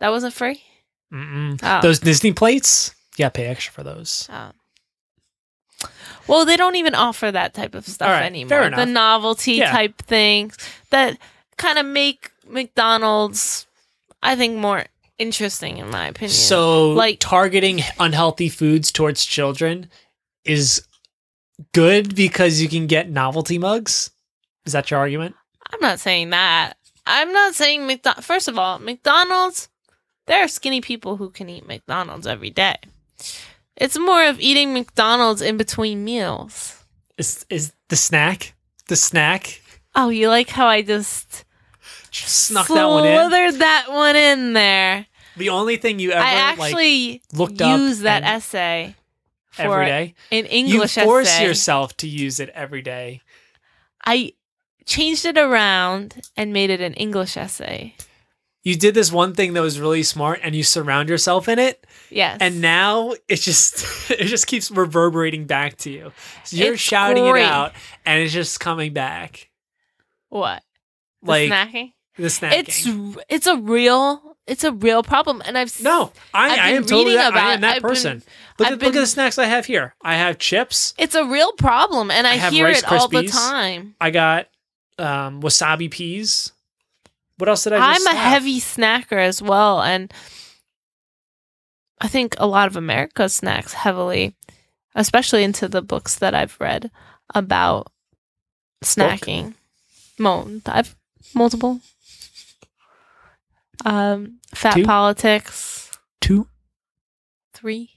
that wasn't free. Mm-mm. Oh. Those Disney plates. You got to pay extra for those. Oh. Well, they don't even offer that type of stuff All right, anymore. fair The enough. novelty Yeah. type things that kind of make McDonald's, I think, more interesting in my opinion. So Like- like targeting unhealthy foods towards children is good because you can get novelty mugs. Is that your argument? I'm not saying that. I'm not saying McDonald's. First of all, McDonald's, there are skinny people who can eat McDonald's every day. It's more of eating McDonald's in between meals. Is is the snack? The snack Oh, you like how I just snuck that one in. slithered that one in there. The only thing you ever I like actually looked up use that and- essay for every day. an English you force essay. yourself to use it every day. I changed it around and made it an English essay. You did this one thing that was really smart, and you surround yourself in it, Yes. and now it just *laughs* it just keeps reverberating back to you. So you're It's shouting great. it out, and it's just coming back what? The like snacking? the snacking. It's r- it's a real it's a real problem, and I've s- No, I, I've I been am totally reading that, I about- am that I've been- person. look, I've at, look at been- the snacks I have here. I have chips. It's a real problem, and I, I have hear Rice it all the Krispies. time. I got um, wasabi peas. What else did I? I'm Just a have? heavy snacker as well, and I think a lot of America snacks heavily, especially into the books that I've read about snacking. Mo- I've multiple. Um, fat Two? politics two. three.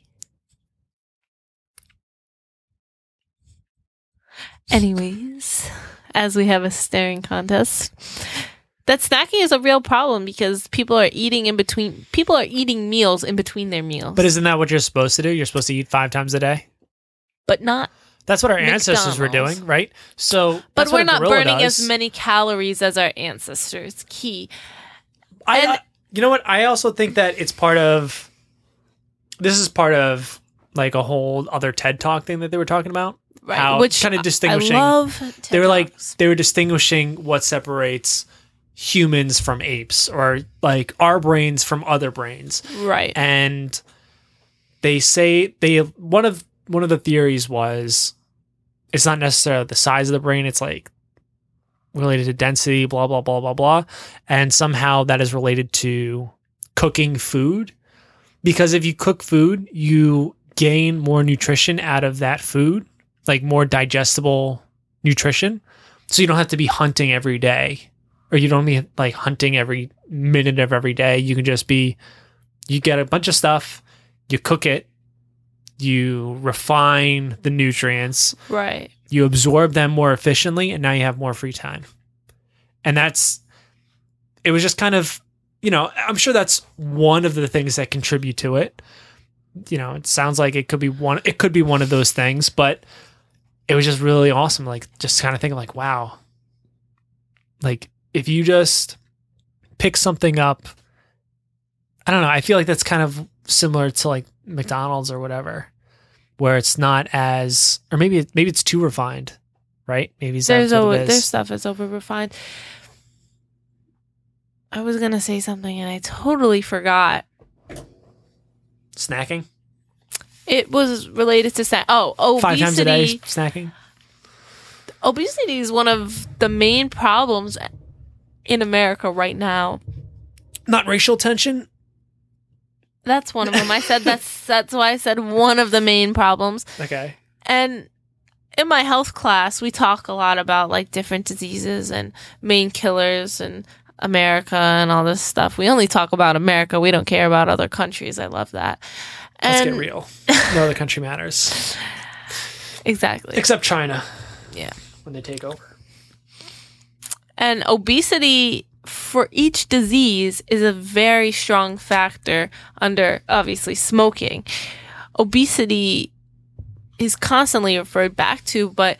Anyways, as we have a staring contest, that snacking is a real problem because people are eating in between. People are eating meals in between their meals, But isn't that what you're supposed to do? You're supposed to eat five times a day. but not. That's what our ancestors were McDonald's. doing, right? So, But that's what we're a not gorilla burning does. as many calories as our ancestors. Key. I, And- I- you know what? I also think that it's part of. This is part of like a whole other TED Talk thing that they were talking about. Right. How- which kinda I- distinguishing- I love they were like TikToks. they were distinguishing what separates humans from apes or like our brains from other brains right. and they say they one of one of the theories was it's not necessarily the size of the brain it's like related to density blah blah blah blah blah and somehow that is related to cooking food because if you cook food you gain more nutrition out of that food like more digestible nutrition so you don't have to be hunting every day or you don't be like hunting every minute of every day you can just be you get a bunch of stuff, you cook it, you refine the nutrients, Right. you absorb them more efficiently, and now you have more free time. And that's, it was just kind of, you know, I'm sure that's one of the things that contribute to it. You know, it sounds like it could be one, it could be one of those things, but it was just really awesome. Like, just kind of thinking, like, wow, like if you just pick something up I don't know. I feel like that's kind of similar to like McDonald's or whatever, where it's not as, or maybe it- maybe it's too refined, right? Maybe it's There's that's what over, it is. their stuff is over refined. I was gonna say something and I totally forgot. snacking It was related to snack. Oh, obesity. five times a day. Snacking. Obesity is one of the main problems in America right now. Not racial tension. That's one of them. I said that's *laughs* that's why I said one of the main problems. Okay. And in my health class, we talk a lot about like different diseases and main killers and America and all this stuff. We only talk about America. We don't care about other countries. I love that. Let's And get *laughs* real. No other country matters exactly. *laughs* except China. Yeah. When they take over. And obesity for each disease is a very strong factor under obviously smoking. Obesity is constantly referred back to, but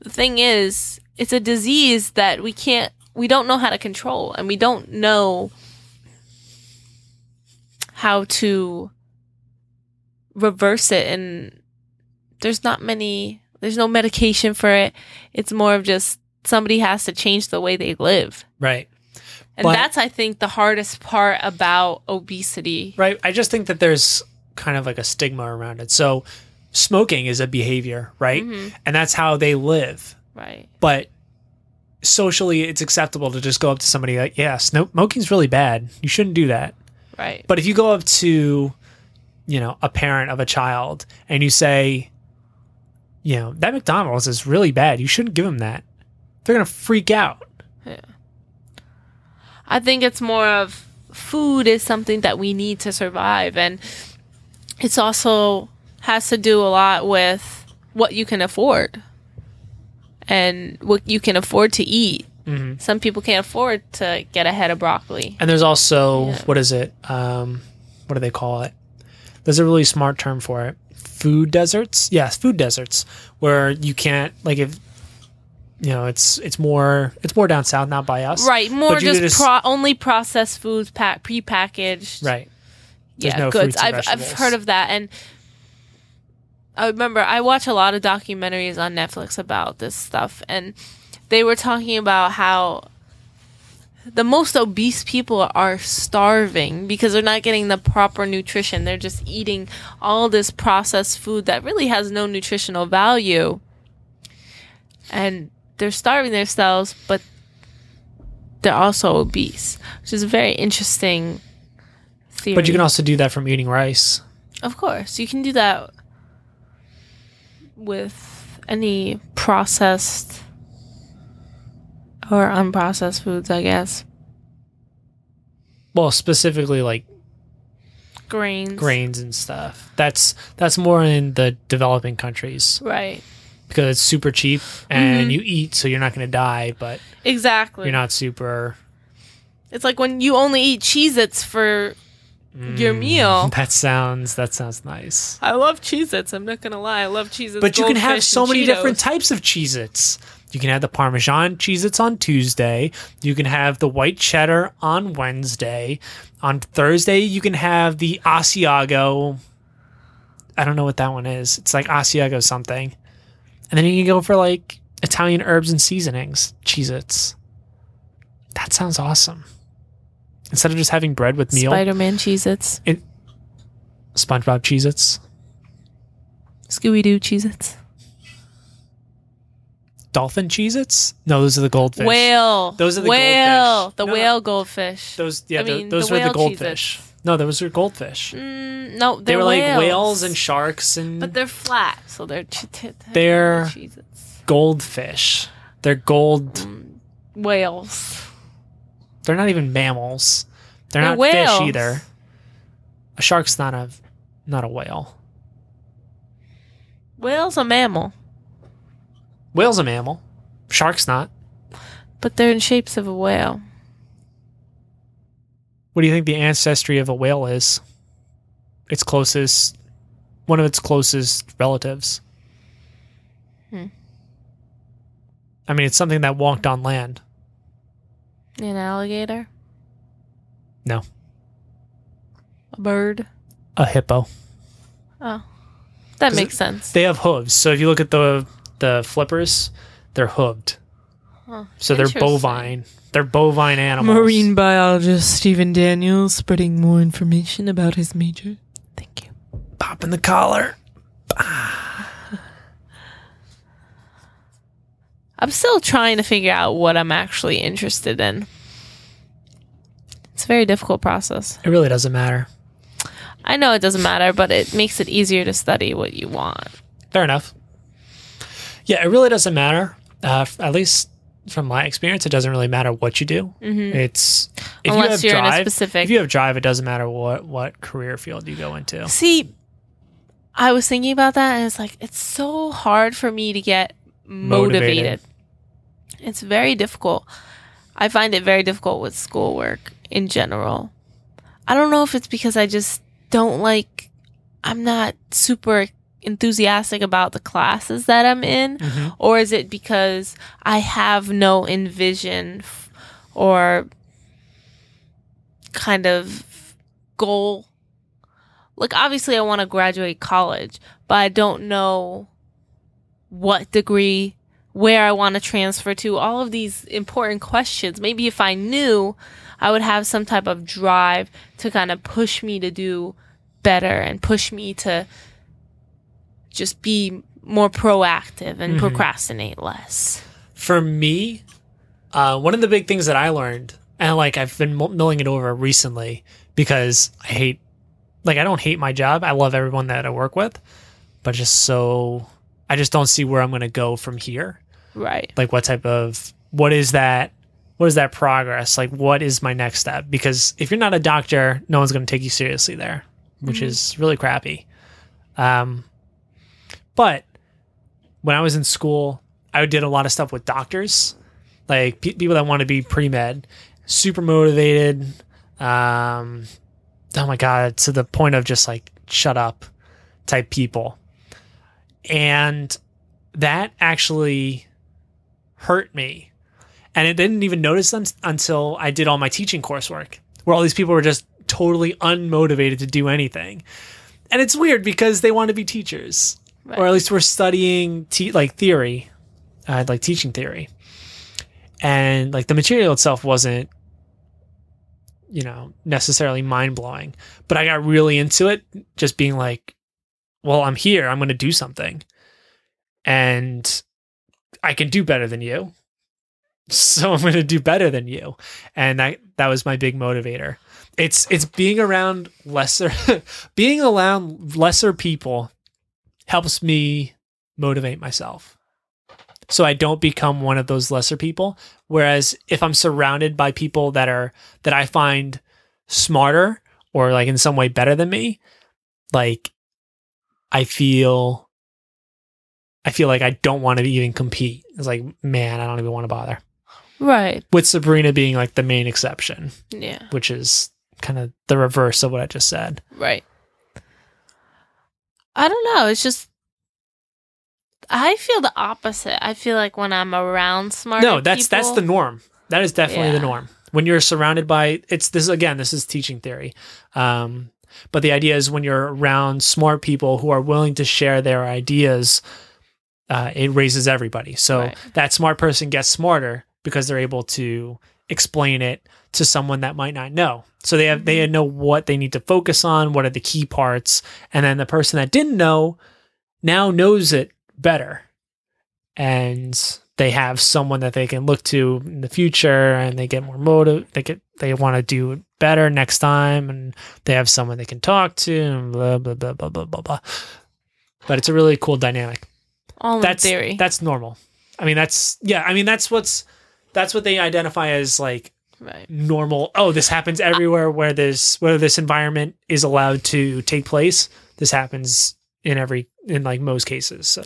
the thing is, it's a disease that we can't, we don't know how to control, and we don't know how to reverse it. And there's not many, there's no medication for it. It's more of just somebody has to change the way they live. Right. And But- that's, I think, the hardest part about obesity. Right. I just think that there's kind of like a stigma around it. So smoking is a behavior, right? Mhm. And that's how they live. Right. but socially it's acceptable to just go up to somebody like yeah sno- smoking's really bad you shouldn't do that Right. but if you go up to you know a parent of a child and you say you know that mcdonald's is really bad you shouldn't give them that they're gonna freak out I think it's more of food is something that we need to survive. And it's also has to do a lot with what you can afford and what you can afford to eat. Mm-hmm. Some people can't afford to get a head of broccoli. and there's also Yeah. what is it um what do they call it there's a really smart term for it food deserts yes food deserts where you can't like if you know it's it's more it's more down south not by us Right, more But you just, just- pro- only processed foods, pack prepackaged. right There's yeah, no fruits goods. and I've I've vegetables. heard of that, and I remember I watch a lot of documentaries on Netflix about this stuff, and they were talking about how the most obese people are starving because they're not getting the proper nutrition. They're just eating all this processed food that really has no nutritional value. And they're starving themselves, but they're also obese, which is a very interesting theory. But you can also do that from eating rice. Of course, you can do that with any processed or unprocessed foods, I guess. Well, specifically like Grains. grains and stuff. That's that's more in the developing countries Right. because it's super cheap and you eat so you're not going to die, but Exactly. you're not super It's like when you only eat Cheez Its for your Mm, meal. That sounds that sounds nice. I love Cheez Its. I'm not going to lie. I love Cheez Its. But you can have so many different types of Cheez Its. You can have the Parmesan Cheez Its on Tuesday. You can have the white cheddar on Wednesday. On Thursday, you can have the Asiago. I don't know what that one is. It's like Asiago something. And then you can go for like Italian herbs and seasonings, Cheez Its. That sounds awesome. Instead of just having bread with meal, Spider Man Cheez Its, SpongeBob Cheez Its, Scooby Doo Cheez Its, dolphin Cheez Its. No, those are the goldfish. whale. Those are the whale. goldfish. The No, no. whale goldfish. Those yeah, I tho- mean, those the were the whale goldfish. No, those were goldfish. Mm, no, they're They were whales. like whales and sharks and but they're flat, so they're ch- t- oh, t- Mm. They're- Cheez Its. goldfish. They're gold. Whales. They're not even mammals. They're, They're not whales. fish either. A shark's not a not a whale. Whale's a mammal, Whale's a mammal. Shark's not. but they're in shapes of a whale. What do you think the ancestry of a whale is? Its closest, one of its closest relatives. Hmm. I mean, it's something that walked on land. An alligator? No. A bird? A hippo. Oh. That Does makes it- sense. They have hooves. So if you look at the the flippers, they're hooved. Huh. So they're Interesting. bovine. They're bovine animals. biologist Stephen Daniels spreading more information about his major. Thank you. popping the collar. I'm still trying to figure out what I'm actually interested in. It's a very difficult process. It really doesn't matter. I know it doesn't matter, but it makes it easier to study what you want. Fair enough. Yeah, it really doesn't matter. Uh, f- at least from my experience, it doesn't really matter what you do. It's if you have Mm. Unless you are in a drive. specific- If you have drive, it doesn't matter what what career field you go into. See, I was thinking about that, and it's like it's so hard for me to get motivated. Motivated. It's very difficult. I find it very difficult with schoolwork in general. I don't know if it's because I just don't like. I'm not super enthusiastic about the classes that I'm in, Mhm. or is it because I have no envision f- or kind of goal? Like, obviously, I want to graduate college, but I don't know what degree, where I want to transfer to, all of these important questions. Maybe if I knew, I would have some type of drive to kind of push me to do better and push me to just be more proactive and Mhm. procrastinate less. for me, uh, one of the big things that I learned, and like I've been mu- milling it over recently because I hate, like, I don't hate my job. I love everyone that I work with, but just so I just don't see where I'm going to go from here. Right. Like, what type of, what is that? What is that progress? Like, what is my next step? Because if you're not a doctor, no one's going to take you seriously there, which Mhm. is really crappy. Um, but when I was in school, I did a lot of stuff with doctors, like pe- people that want to be pre med, super motivated. Um, oh my God, to the point of just like, shut up type people. And that actually hurt me. And I didn't even notice un- until I did all my teaching coursework, where all these people were just totally unmotivated to do anything. And it's weird because they want to be teachers Right. or at least we're studying te- like theory, uh, like teaching theory, and like the material itself wasn't you know, necessarily mind blowing. But I got really into it, just being like, well, I'm here. I'm going to do something. And I can do better than you. So I'm going to do better than you. And that, that was my big motivator. It's, it's being around lesser, *laughs* being around lesser people helps me motivate myself. So I don't become one of those lesser people. Whereas if I'm surrounded by people that are, that I find smarter or like in some way better than me, like I feel I feel like I don't want to even compete. It's like, man, I don't even want to bother. Right. With Sabrina being like the main exception, Yeah. which is kind of the reverse of what I just said. Right. I don't know. It's just I feel the opposite. I feel like when I'm around smart no, that's that's the norm. That is definitely the Yeah. norm. When you're surrounded by it's this again, this is teaching theory. Um, but the idea is when you're around smart people who are willing to share their ideas, uh, it raises everybody. So Right. that smart person gets smarter because they're able to explain it to someone that might not know. So they have Mm-hmm. they know what they need to focus on, what are the key parts, and then the person that didn't know now knows it better and they have someone that they can look to in the future and they get more motive they get they want to do it better next time and they have someone they can talk to and blah blah blah blah blah blah blah but it's a really cool dynamic all that's in theory. that's normal i mean that's yeah i mean that's what's that's what they identify as like right. normal oh this happens everywhere where this where this environment is allowed to take place this happens in every in like most cases so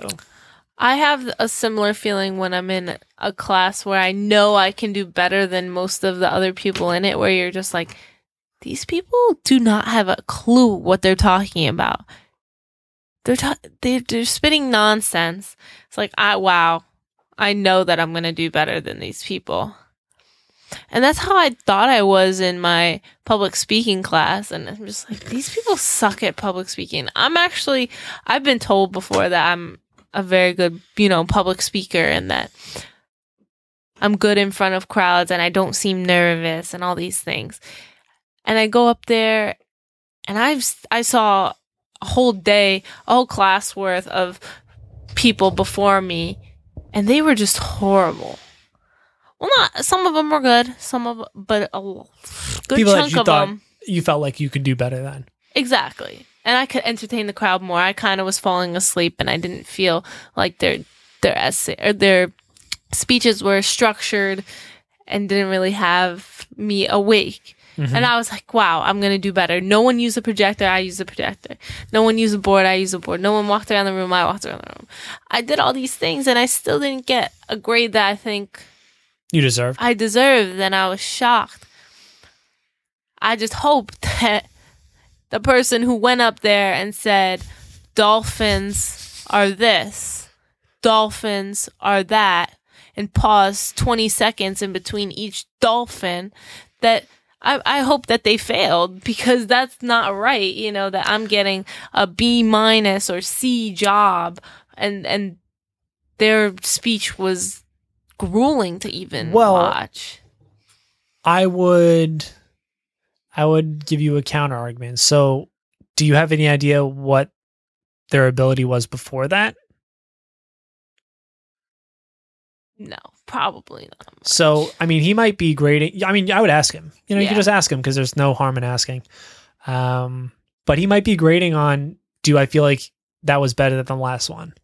I have a similar feeling when I'm in a class where I know I can do better than most of the other people in it where you're just like these people do not have a clue what they're talking about. They're ta- they're, they're spitting nonsense. It's like, I wow. I know that I'm going to do better than these people. And that's how I thought I was in my public speaking class. And I'm just like, these people suck at public speaking. I'm actually, I've been told before that I'm a very good, you know, public speaker and that I'm good in front of crowds and I don't seem nervous and all these things. And I go up there and I've, s- I saw a whole day, a whole class worth of people before me and they were just horrible. Well, not some of them were good, some of, but a l- good People that chunk you of thought- them. you felt like you could do better then Exactly. And I could entertain the crowd more. I kind of was falling asleep and I didn't feel like their their essay or their speeches were structured and didn't really have me awake. And I was like, wow, I'm going to do better. No one used a projector. I used a projector. No one used a board. I used a board. No one walked around the room. I walked around the room. I did all these things and I still didn't get a grade that I think You deserve. I deserved, and I was shocked. I just hope *laughs* that the person who went up there and said, Dolphins are this, dolphins are that, and paused 20 seconds in between each dolphin, that I, I hope that they failed *laughs* because that's not right, you know, that I'm getting a B minus or C job and and their speech was grueling to even Well- watch. I would I would give you a counter argument. So do you have any idea what their ability was before that? No, probably not. So I mean he might be grading I mean I would ask him. You know, you Yeah. could just ask him because there's no harm in asking. Um but he might be grading on do I feel like that was better than the last one?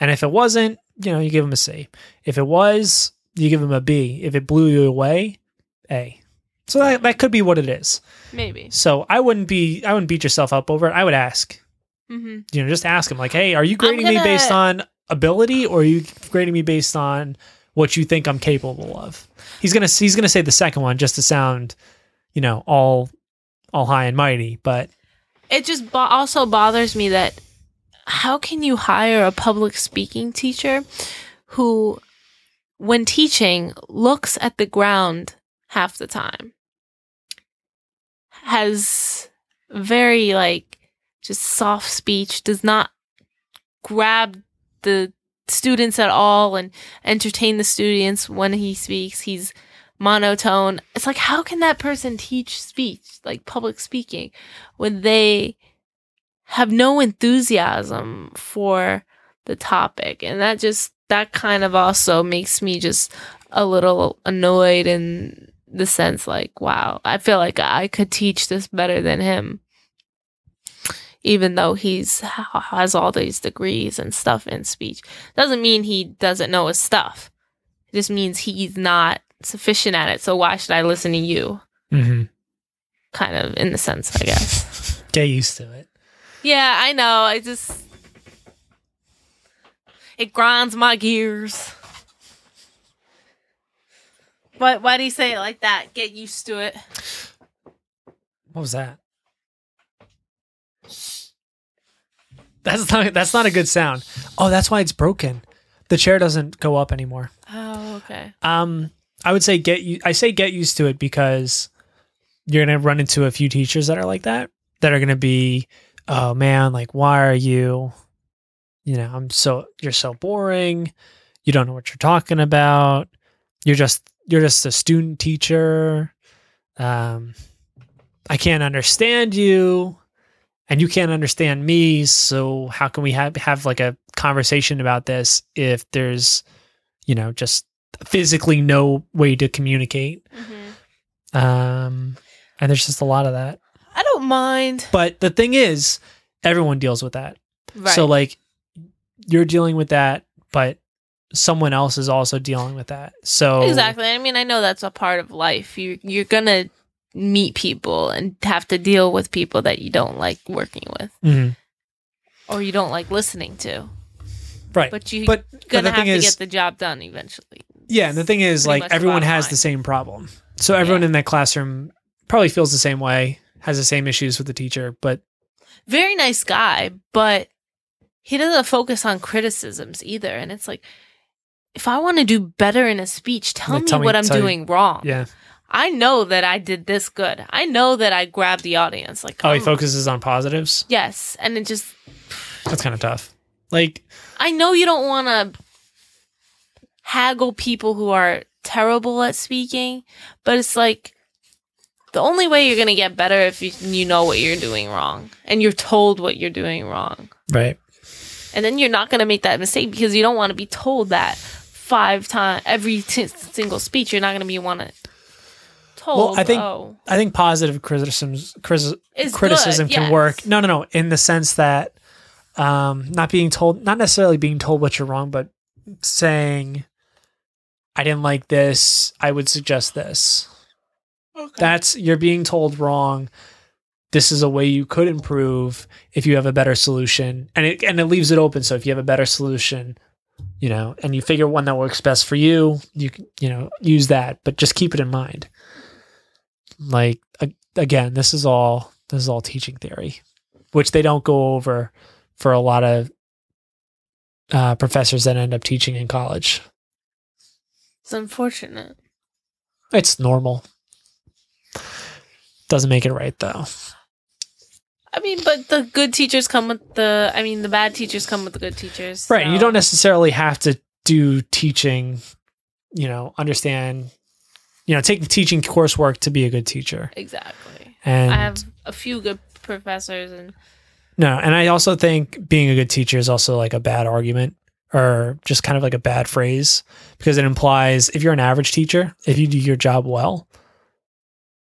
And if it wasn't, you know, you give him a C. If it was, you give him a B. If it blew you away, A. So that, that could be what it is. Maybe. So I wouldn't be I wouldn't beat yourself up over it. I would ask, hmm you know, just ask him like, hey, are you grading me gonna- based on ability or are you grading me based on what you think I'm capable of? He's gonna he's gonna say the second one just to sound, you know, all all high and mighty, but It just bo- also bothers me that how can you hire a public speaking teacher who, when teaching, looks at the ground half the time, has very like just soft speech, does not grab the students at all and entertain the students when he speaks. He's monotone. It's like, how can that person teach speech, like public speaking, when they have no enthusiasm for the topic? And that just, that kind of also makes me just a little annoyed in the sense like, wow, I feel like I could teach this better than him. Even though he's has all these degrees and stuff in speech, doesn't mean he doesn't know his stuff. It just means he's not sufficient at it. So why should I listen to you? Mm-hmm. Kind of in the sense, I guess. Get used to it. yeah, I know. I just it grinds my gears. Why? Why do you say it like that? Get used to it. What was that? That's not that's not a good sound. Oh, that's why it's broken. The chair doesn't go up anymore. Oh, okay. Um, I would say get you. I say get used to it because you're gonna run into a few teachers that are like that. That are gonna be, oh man, like why are you? You know, I'm so you're so boring. You don't know what you're talking about. You're just you're just a student teacher. Um, I can't understand you, and you can't understand me. So how can we have have like a conversation about this if there's, you know, just physically no way to communicate. Mm-hmm. Um, and there's just a lot of that. I don't mind. But the thing is, everyone deals with that. Right. So like you're dealing with that, but someone else is also dealing with that. So Exactly. I mean, I know that's a part of life. You you're gonna meet people and have to deal with people that you don't like working with Mhm. or you don't like listening to. right. But, But you but gonna the have thing to is, get the job done eventually. yeah, and the thing is, pretty like much everyone bottom has line. the same problem. So everyone Yeah. in that classroom probably feels the same way, has the same issues with the teacher, but Very nice guy, but he doesn't focus on criticisms either. And it's like, if I want to do better in a speech, tell, Like, me, tell me- what I'm tell you- doing wrong. yeah. I know that I did this good. I know that I grabbed the audience. Like, Oh, he come- focuses on positives. yes, and it just That's kind of tough. Like I know you don't want to haggle people who are terrible at speaking, but it's like the only way you're going to get better if you, you know what you're doing wrong and you're told what you're doing wrong. right. And then you're not going to make that mistake because you don't want to be told that five times every t- single speech. You're not going to be want to told. I think- oh, I think positive criticisms criticism it's criticism good, can yes. work. No, no, no. In the sense that um, not being told, not necessarily being told what you're wrong, but saying, "I didn't like this. I would suggest this." That's you're being told wrong. This is a way you could improve if you have a better solution, and it and it leaves it open. So if you have a better solution, you know, and you figure one that works best for you, you can, you know use that, but just keep it in mind. Like a- again, this is all this is all teaching theory, which they don't go over for a lot of uh, professors that end up teaching in college. It's unfortunate. It's normal. Doesn't make it right though. I mean, but the good teachers come with the. I mean, the bad teachers come with the good teachers. Right. and You so- don't necessarily have to do teaching, you know, understand, you know, take teaching coursework to be a good teacher. Exactly. And I have a few good professors, and no, and I also think being a good teacher is also like a bad argument or just kind of like a bad phrase because it implies if you're an average teacher, if you do your job well,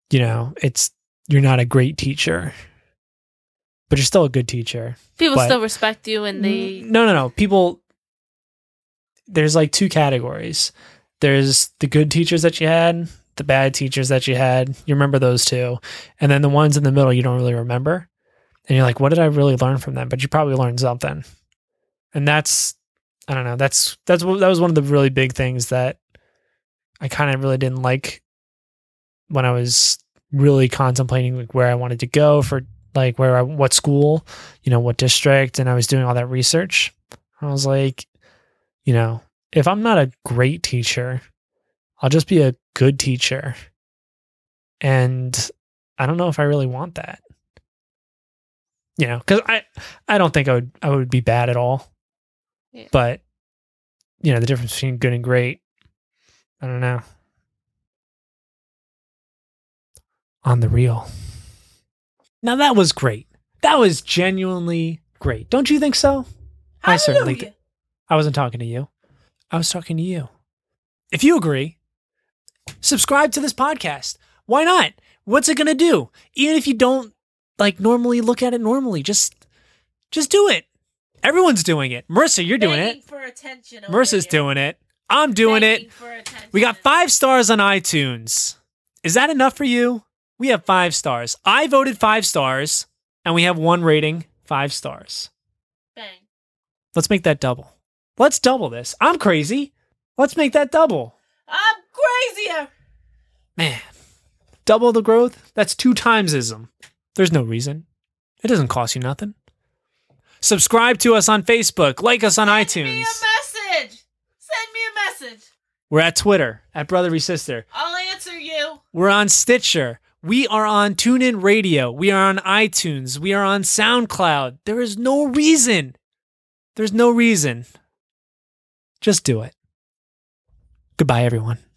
you know, it's you're not a great teacher, but you're still a good teacher. people But- still respect you, and they. no no no people there's like two categories there's the good teachers that you had the bad teachers that you had you remember those two and then the ones in the middle you don't really remember and you're like what did i really learn from them but you probably learned something and that's i don't know that's that's what that was one of the really big things that i kind of really didn't like when i was really contemplating like where i wanted to go for like where I, what school you know, what district, and I was doing all that research. I was like, you know, if I'm not a great teacher, I'll just be a good teacher. And I don't know if I really want that. You know, because I I don't think I would I would be bad at all. Yeah. But you know, the difference between good and great, I don't know. on the reel. Now that was great. That was genuinely great. Don't you think so? I certainly Hallelujah. I wasn't talking to you. I was talking to you. If you agree, subscribe to this podcast. Why not? What's it going to do? Even if you don't like normally look at it normally, just just do it. Everyone's doing it. Marissa, you're doing Begging it. For attention over Marissa's here. doing it. I'm doing Begging it. for attention. We got 5 stars on iTunes. Is that enough for you? We have 5 stars. I voted 5 stars and we have one rating, 5 stars. Bang. Let's make that double. Let's double this. I'm crazy. Let's make that double. I'm crazier. Man, double the growth? That's two times ism. There's no reason. It doesn't cost you nothing. Subscribe to us on Facebook, like us on Send me iTunes. a message. Send me a message. We're at Twitter, at Brother Sister. I'll answer you. We're on Stitcher. We are on TuneIn Radio. We are on iTunes. We are on SoundCloud. There is no reason. There's no reason. Just do it. Goodbye, everyone.